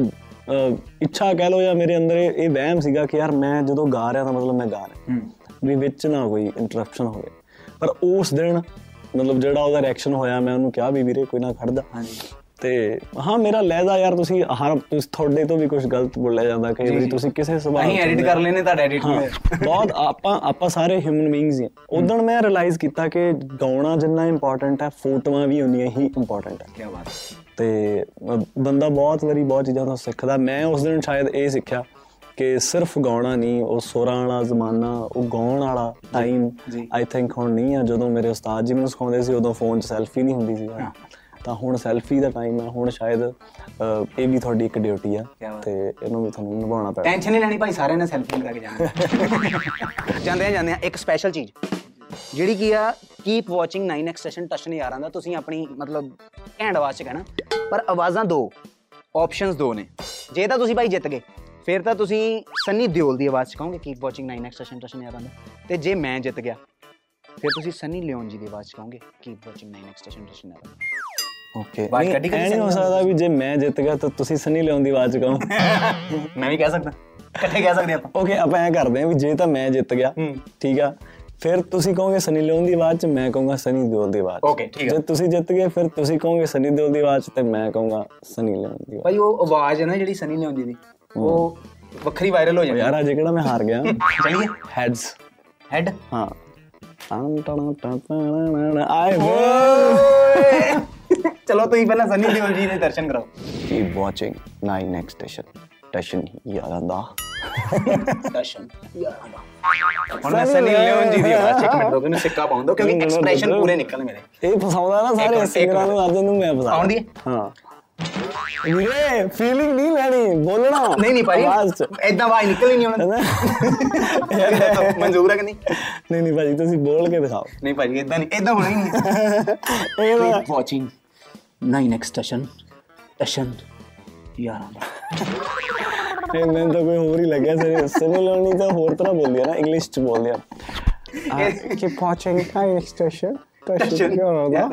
Speaker 3: ਇੱਛਾ ਕਹਿ ਲੋ ਜਾਂ ਮੇਰੇ ਅੰਦਰ ਇਹ ਇਹ ਵਹਿਮ ਸੀਗਾ ਕਿ ਯਾਰ ਮੈਂ ਜਦੋਂ ਗਾ ਰਿਹਾ ਤਾਂ ਮਤਲਬ ਮੈਂ ਗਾ ਰਿਹਾ
Speaker 1: ਹੂੰ
Speaker 3: ਵੀ ਵਿੱਚ ਨਾ ਕੋਈ ਇੰਟਰਰਪਸ਼ਨ ਹੋਵੇ ਪਰ ਉਸ ਦਿਨ ਮਤਲਬ ਜਿਹੜਾ ਉਹਦਾ ਰਿਐਕਸ਼ਨ ਹੋਇਆ ਮੈਂ ਉਹਨੂੰ ਕਿਹਾ ਵੀ ਵੀਰੇ ਕੋਈ ਨਾ ਖੜਦਾ
Speaker 1: ਹਾਂਜੀ
Speaker 3: ਤੇ ਹਾਂ ਮੇਰਾ ਲਹਿਜ਼ਾ ਯਾਰ ਤੁਸੀਂ ਹਰ ਤੁਸੀਂ ਤੁਹਾਡੇ ਤੋਂ ਵੀ ਕੁਝ ਗਲਤ ਬੋਲਿਆ ਜਾਂਦਾ ਕਈ ਵਾਰੀ ਤੁਸੀਂ ਕਿਸੇ ਸਵਾਲ
Speaker 1: ਅਸੀਂ ਐਡਿਟ ਕਰ ਲੈਨੇ ਤੁਹਾਡਾ ਐਡਿਟ
Speaker 3: ਹਾਂ, ਬਹੁਤ ਆਪਾਂ ਆਪਾਂ ਸਾਰੇ ਹਿਊਮਨ ਬੀਇੰਗਸ ਹੀ ਹਾਂ ਉਦੋਂ ਮੈਂ ਰਿਅਲਾਈਜ਼ ਕੀਤਾ ਕਿ ਗਾਉਣਾ ਜਿੰਨਾ ਇੰਪੋਰਟੈਂਟ ਹੈ ਫੋਟੋਆਂ ਵੀ ਉਨੀਆਂ ਹੀ ਇੰਪੋਰਟੈਂਟ ਹੈ
Speaker 1: ਕੀ ਬਾਤ ਹੈ।
Speaker 3: ਤੇ ਅਹ, ਬੰਦਾ ਬਹੁਤ ਵਾਰੀ ਬਹੁਤ ਚੀਜ਼ਾਂ ਤੋਂ ਸਿੱਖਦਾ ਮੈਂ ਉਸ ਦਿਨ ਸ਼ਾਇਦ ਇਹ ਸਿੱਖਿਆ ਕਿ ਸਿਰਫ ਗਾਉਣਾ ਨਹੀਂ ਉਹ ਸੁਰਾਂ ਵਾਲਾ ਜ਼ਮਾਨਾ ਉਹ ਗਾਉਣ ਵਾਲਾ ਟਾਈਮ
Speaker 1: ਜੀ।
Speaker 3: ਆਈ ਥਿੰਕ ਹੁਣ ਨਹੀਂ ਆ ਜਦੋਂ ਮੇਰੇ ਉਸਤਾਦ ਜੀ ਮੈਨੂੰ ਸਿਖਾਉਂਦੇ ਸੀ ਉਦੋਂ ਫੋਨ 'ਚ ਸੈਲਫੀ ਨਹੀਂ ਹੁੰਦੀ ਸੀ ਤਾਂ ਹੁਣ ਸੈਲਫੀ ਦਾ ਟਾਈਮ ਹੈ ਹੁਣ ਸ਼ਾਇਦ ਅਹ, ਇਹ ਵੀ ਤੁਹਾਡੀ ਇੱਕ ਡਿਊਟੀ ਆ
Speaker 1: ਕਿਆ ਬਾਤ।
Speaker 3: ਤੇ ਇਹਨੂੰ ਵੀ ਤੁਹਾਨੂੰ ਨਿਭਾਉਣਾ ਪੈਣਾ
Speaker 1: ਟੈਨਸ਼ਨ ਨਹੀਂ ਲੈਣੀ ਭਾਈ ਸਾਰਿਆਂ ਨੇ ਸੈਲਫੀ ਲੈ ਕੇ ਜਾਣਾ ਜਾਂਦੇ ਆ ਜਾਂਦੇ ਆ ਇੱਕ ਸਪੈਸ਼ਲ ਚੀਜ਼ ਜਿਹੜੀ ਕੀ ਆ keep watching 9x session Tashan ਯਾਰਾਂ ਦਾ ਤੁਸੀਂ ਆਪਣੀ ਮਤਲਬ ਘੈਂਟ ਆਵਾਜ਼ ਚ ਕਹਿਣਾ ਪਰ ਆਵਾਜ਼ਾਂ ਦੋ ਆਪਸ਼ਨਸ ਦੋ ਨੇ ਜੇ ਤਾਂ ਤੁਸੀਂ ਭਾਈ ਜਿੱਤ ਗਏ ਫਿਰ ਤਾਂ ਤੁਸੀਂ ਸੰਨੀ ਦਿਓਲ ਦੀ ਆਵਾਜ਼ ਚ ਕਹੋਗੇ keep watching 9x session Tashan ਯਾਰਾਂ ਦਾ ਤੇ ਜੇ ਮੈਂ ਜਿੱਤ ਗਿਆ ਫਿਰ ਤੁਸੀਂ ਸੰਨੀ ਲਿਓਨ ਜੀ ਦੀ ਆਵਾਜ਼ ਚ ਕਹੋਗੇ keep watching 9x session Tashan ਯਾਰਾਂ ਦਾ
Speaker 3: ਓਕੇ
Speaker 1: ਬਾਈ
Speaker 3: ਨਹੀਂ
Speaker 1: ਕੱਢੀ ਕਦੀ
Speaker 3: ਐਂ ਨਹੀਂ ਹੋ
Speaker 1: ਸਨੀ
Speaker 3: ਸਕਦਾ ਵੀ ਜੇ ਮੈਂ ਜਿੱਤ ਗਿਆ ਤਾਂ ਤੁਸੀਂ ਸਨੀ ਲਿਓਨ ਦੀ ਆਵਾਜ਼ ਗਾਓ
Speaker 1: ਮੈਂ ਵੀ ਕਹਿ ਸਕਦਾ ਇਕੱਠੇ ਕਹਿ ਸਕਦੇ ਆਪਾਂ
Speaker 3: ਓਕੇ ਆਪਾਂ ਐਂ ਕਰਦੇ ਹਾਂ ਵੀ ਜੇ ਤਾਂ ਮੈਂ ਜਿੱਤ ਗਿਆ
Speaker 1: ਹੂੰ।
Speaker 3: ਠੀਕ ਆ ਫਿਰ ਤੁਸੀਂ ਕਹੋਗੇ ਸਨੀ ਲਿਓਨ ਦੀ ਆਵਾਜ਼ ਚ ਮੈਂ ਕਹੂੰਗਾ ਸਨੀ ਦਿਓਲ ਦੀ ਆਵਾਜ਼ 'ਚ।
Speaker 1: Okay, ਠੀਕ ਆ।
Speaker 3: ਜੇ ਤੁਸੀਂ ਜਿੱਤ ਗਏ ਫਿਰ ਤੁਸੀਂ ਕਹੋਗੇ ਸਨੀ ਦਿਓਲ ਦੀ ਆਵਾਜ਼ 'ਚ ਤੇ ਮੈਂ ਕਹੂੰਗਾ ਸਨੀ ਲਿਓਨ ਦੀ ਆਵਾਜ਼
Speaker 1: ਭਾਈ ਉਹ ਆਵਾਜ਼ ਹੈ ਨਾ ਜਿਹੜੀ ਸਨੀ ਲਿਓਨ ਜੀ ਦੀ ਉਹ ਵੱਖਰੀ ਵਾਇਰਲ ਹੋ
Speaker 3: 'ਚ।
Speaker 1: ਜਾਂਦੀ
Speaker 3: ਯਾਰ ਅੱਜ ਕਿਹੜਾ ਮੈਂ ਹਾਰ
Speaker 1: <laughs>
Speaker 3: ਗਿਆ
Speaker 1: ਚਲੀਏ
Speaker 3: ਹੈਡਸ
Speaker 1: ਹੈਡ
Speaker 3: ਹਾਂ ਟਾਂ ਟਾਂ ਟਾਂ ਟਾਂ ਟਾਂ ਆਏ ਹੋ
Speaker 1: ਚਲੋ ਤੁਸੀਂ ਪਹਿਲਾਂ ਸਨੀ ਦਿਓਲ ਜੀ ਦੇ ਦਰਸ਼ਨ ਕਰੋ
Speaker 3: ਕੀ ਵਾਚਿੰਗ 9 ਨੈਕਸਟ ਸਟੇਸ਼ਨ ਟੈਸ਼ਨ ਯਾਰਾਂ ਦਾ
Speaker 1: ਦਰਸ਼ਨ ਹੁਣ ਮੈਂ ਸਨੀ ਲਿਓਨ ਜੀ ਦੀ ਆਵਾਜ਼ ਚੈੱਕ ਮਿੰਟ ਰੋਕ ਨੂੰ ਸਿੱਕਾ ਪਾਉਂਦਾ ਕਿਉਂਕਿ ਐਕਸਪ੍ਰੈਸ਼ਨ ਪੂਰੇ ਨਿਕਲ ਮੇਰੇ
Speaker 3: ਇਹ ਫਸਾਉਂਦਾ ਨਾ
Speaker 1: ਇੱਕ
Speaker 3: ਸਾਰੇ
Speaker 1: ਮਿੰਟ, ਇੱਕ
Speaker 3: ਸਿੰਗਰਾਂ ਨੂੰ ਅੱਜ ਨੂੰ ਮੈਂ ਫਸਾਉਂਦਾ
Speaker 1: ਆਉਂਦੀ ਹੈ?
Speaker 3: ਹਾਂ ਵੀਰੇ ਫੀਲਿੰਗ ਨਹੀਂ ਲੈਣੀ ਬੋਲਣਾ
Speaker 1: ਨਹੀਂ ਨਹੀਂ ਭਾਈ
Speaker 3: ਆਵਾਜ਼ ਚ
Speaker 1: ਐਦਾਂ ਆਵਾਜ਼ ਨਿਕਲ ਹੀ ਨਹੀਂ
Speaker 3: <laughs>
Speaker 1: ਆਉਣਾ ਮਨਜ਼ੂਰ ਹੈ ਕਿ ਨਹੀਂ
Speaker 3: ਨਹੀਂ ਨਹੀਂ ਭਾਜੀ ਤੁਸੀਂ ਬੋਲ ਕੇ ਦਿਖਾਓ
Speaker 1: ਨਹੀਂ ਭਾਜੀ ਐਦਾਂ ਨਹੀਂ ਐਦਾਂ ਹੋਣਾ ਹੀ ਨਹੀਂ
Speaker 3: ਇਹ
Speaker 1: ਵਾਚਿੰਗ
Speaker 2: ਨਹੀਂ ਨੈਕਸਟ ਸਟੇਸ਼ਨ ਸਟੇਸ਼ਨ ਯਾਰਾਂ ਦਾ
Speaker 3: ਇਹ ਮੈਨੂੰ ਤਾਂ ਕੋਈ ਹੋਰ ਹੀ ਲੱਗਿਆ ਸਰ ਸਿਮਿਲਰਲੀ ਤਾਂ ਹੋਰ ਤਰ੍ਹਾਂ ਬੋਲਦੀ ਆ ਨਾ ਇੰਗਲਿਸ਼ ਚ ਬੋਲਦੀ ਆ keep watching high station station ਕਿਉਂ ਹੋਦਾ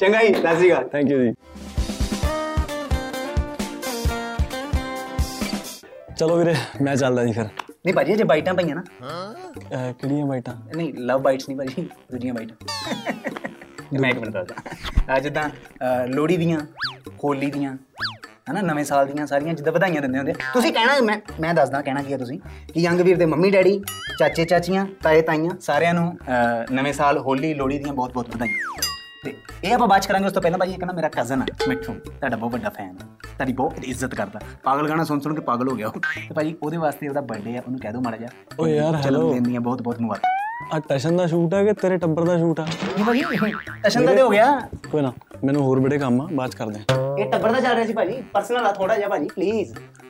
Speaker 1: ਚੰਗਾ ਜੀ ਸਤਿ ਸ਼੍ਰੀ ਅਕਾਲ
Speaker 3: ਥੈਂਕ ਯੂ ਜੀ ਚਲੋ ਵੀਰੇ ਮੈਂ ਚੱਲਦਾ ਜੀ ਫਿਰ
Speaker 1: ਨਹੀਂ ਭਾਜੀ ਜੇ ਬਾਈਟਾਂ ਪਈਆਂ ਨਾ
Speaker 3: ਅਹ, ਕਿਹੜੀਆਂ ਬਾਈਟਾਂ
Speaker 1: ਨਹੀਂ ਲਵ ਬਾਈਟਸ ਨਹੀਂ ਭਾਜੀ ਦੂਜੀਆਂ ਬਾਈਟਾਂ ਇਹ ਮੈਂ ਇੱਕ ਮਿੰਟ ਦੱਸਦਾ ਅੱਜ ਜਿੱਦਾਂ ਅਹ, ਲੋਹੜੀ ਦੀਆਂ ਹੋਲੀ ਦੀਆਂ ਹਨਾ ਨਵੇਂ ਸਾਲ ਦੀਆਂ ਸਾਰੀਆਂ ਜਿੱਦਾਂ ਵਧਾਈਆਂ ਦਿੰਦੇ ਹੁੰਦੇ ਆ। ਤੁਸੀਂ ਕਹਿਣਾ ਮੈਂ ਮੈਂ ਦੱਸਦਾ ਕਹਿਣਾ ਕੀ ਹੈ ਤੁਸੀਂ ਕਿ ਯੰਗ ਵੀਰ ਦੇ ਮੰਮੀ ਡੈਡੀ ਚਾਚੇ ਚਾਚੀਆਂ ਤਾਏ ਤਾਈਆਂ ਸਾਰਿਆਂ ਨੂੰ ਅਹ, ਨਵੇਂ ਸਾਲ ਹੋਲੀ ਲੋਹੜੀ ਦੀਆਂ ਬਹੁਤ ਬਹੁਤ ਵਧਾਈਆਂ ਤੇ ਇਹ ਆਪਾਂ ਬਾਤ ਕਰਾਂਗੇ ਉਸ ਤੋਂ ਪਹਿਲਾਂ ਭਾਜੀ ਇੱਕ ਨਾ ਮੇਰਾ ਕਜ਼ਨ ਆ ਮਿੱਠੂ ਤੁਹਾਡਾ ਬਹੁਤ ਵੱਡਾ ਫੈਨ ਆ ਤੁਹਾਡੀ ਬਹੁਤ ਇੱਜ਼ਤ ਕਰਦਾ ਪਾਗਲ ਗਾਣਾ ਸੁਣ ਸੁਣ ਕੇ ਪਾਗਲ ਹੋ ਗਿਆ ਉਹ। ਤੇ ਭਾਜੀ ਉਹਦੇ ਵਾਸਤੇ ਉਹਦਾ ਬਰਥਡੇ ਆ ਉਹਨੂੰ ਕਹਿ ਦਿਓ ਮਾੜਾ ਜਿਹਾ
Speaker 3: ਓ ਯਾਰ, hello।
Speaker 1: ਜਨਮ ਦਿਨ ਦੀਆਂ ਬਹੁਤ ਬਹੁਤ ਮੁਬਾਰਕਾਂ
Speaker 3: ਆ ਟਸ਼ਨ ਦਾ ਸ਼ੂਟ ਆ ਕਿ ਤੇਰੇ ਟੱਬਰ ਦਾ ਸ਼ੂਟ ਆ
Speaker 1: ਨਹੀਂ ਭਾਜੀ ਟਸ਼ਨ ਦਾ ਤੇ ਹੋ ਗਿਆ
Speaker 3: ਕੋਈ ਨਾ ਮੈਨੂੰ ਹੋਰ ਬੜੇ ਕੰਮ ਆ ਬਾਅਦ 'ਚ ਕਰਦੇ ਆ
Speaker 1: ਇਹ ਟੱਬਰ ਦਾ ਚੱਲ ਰਿਹਾ ਸੀ ਭਾਜੀ ਪਰਸਨਲ ਆ ਥੋੜਾ ਜਿਹਾ ਭਾਜੀ ਪਲੀਜ਼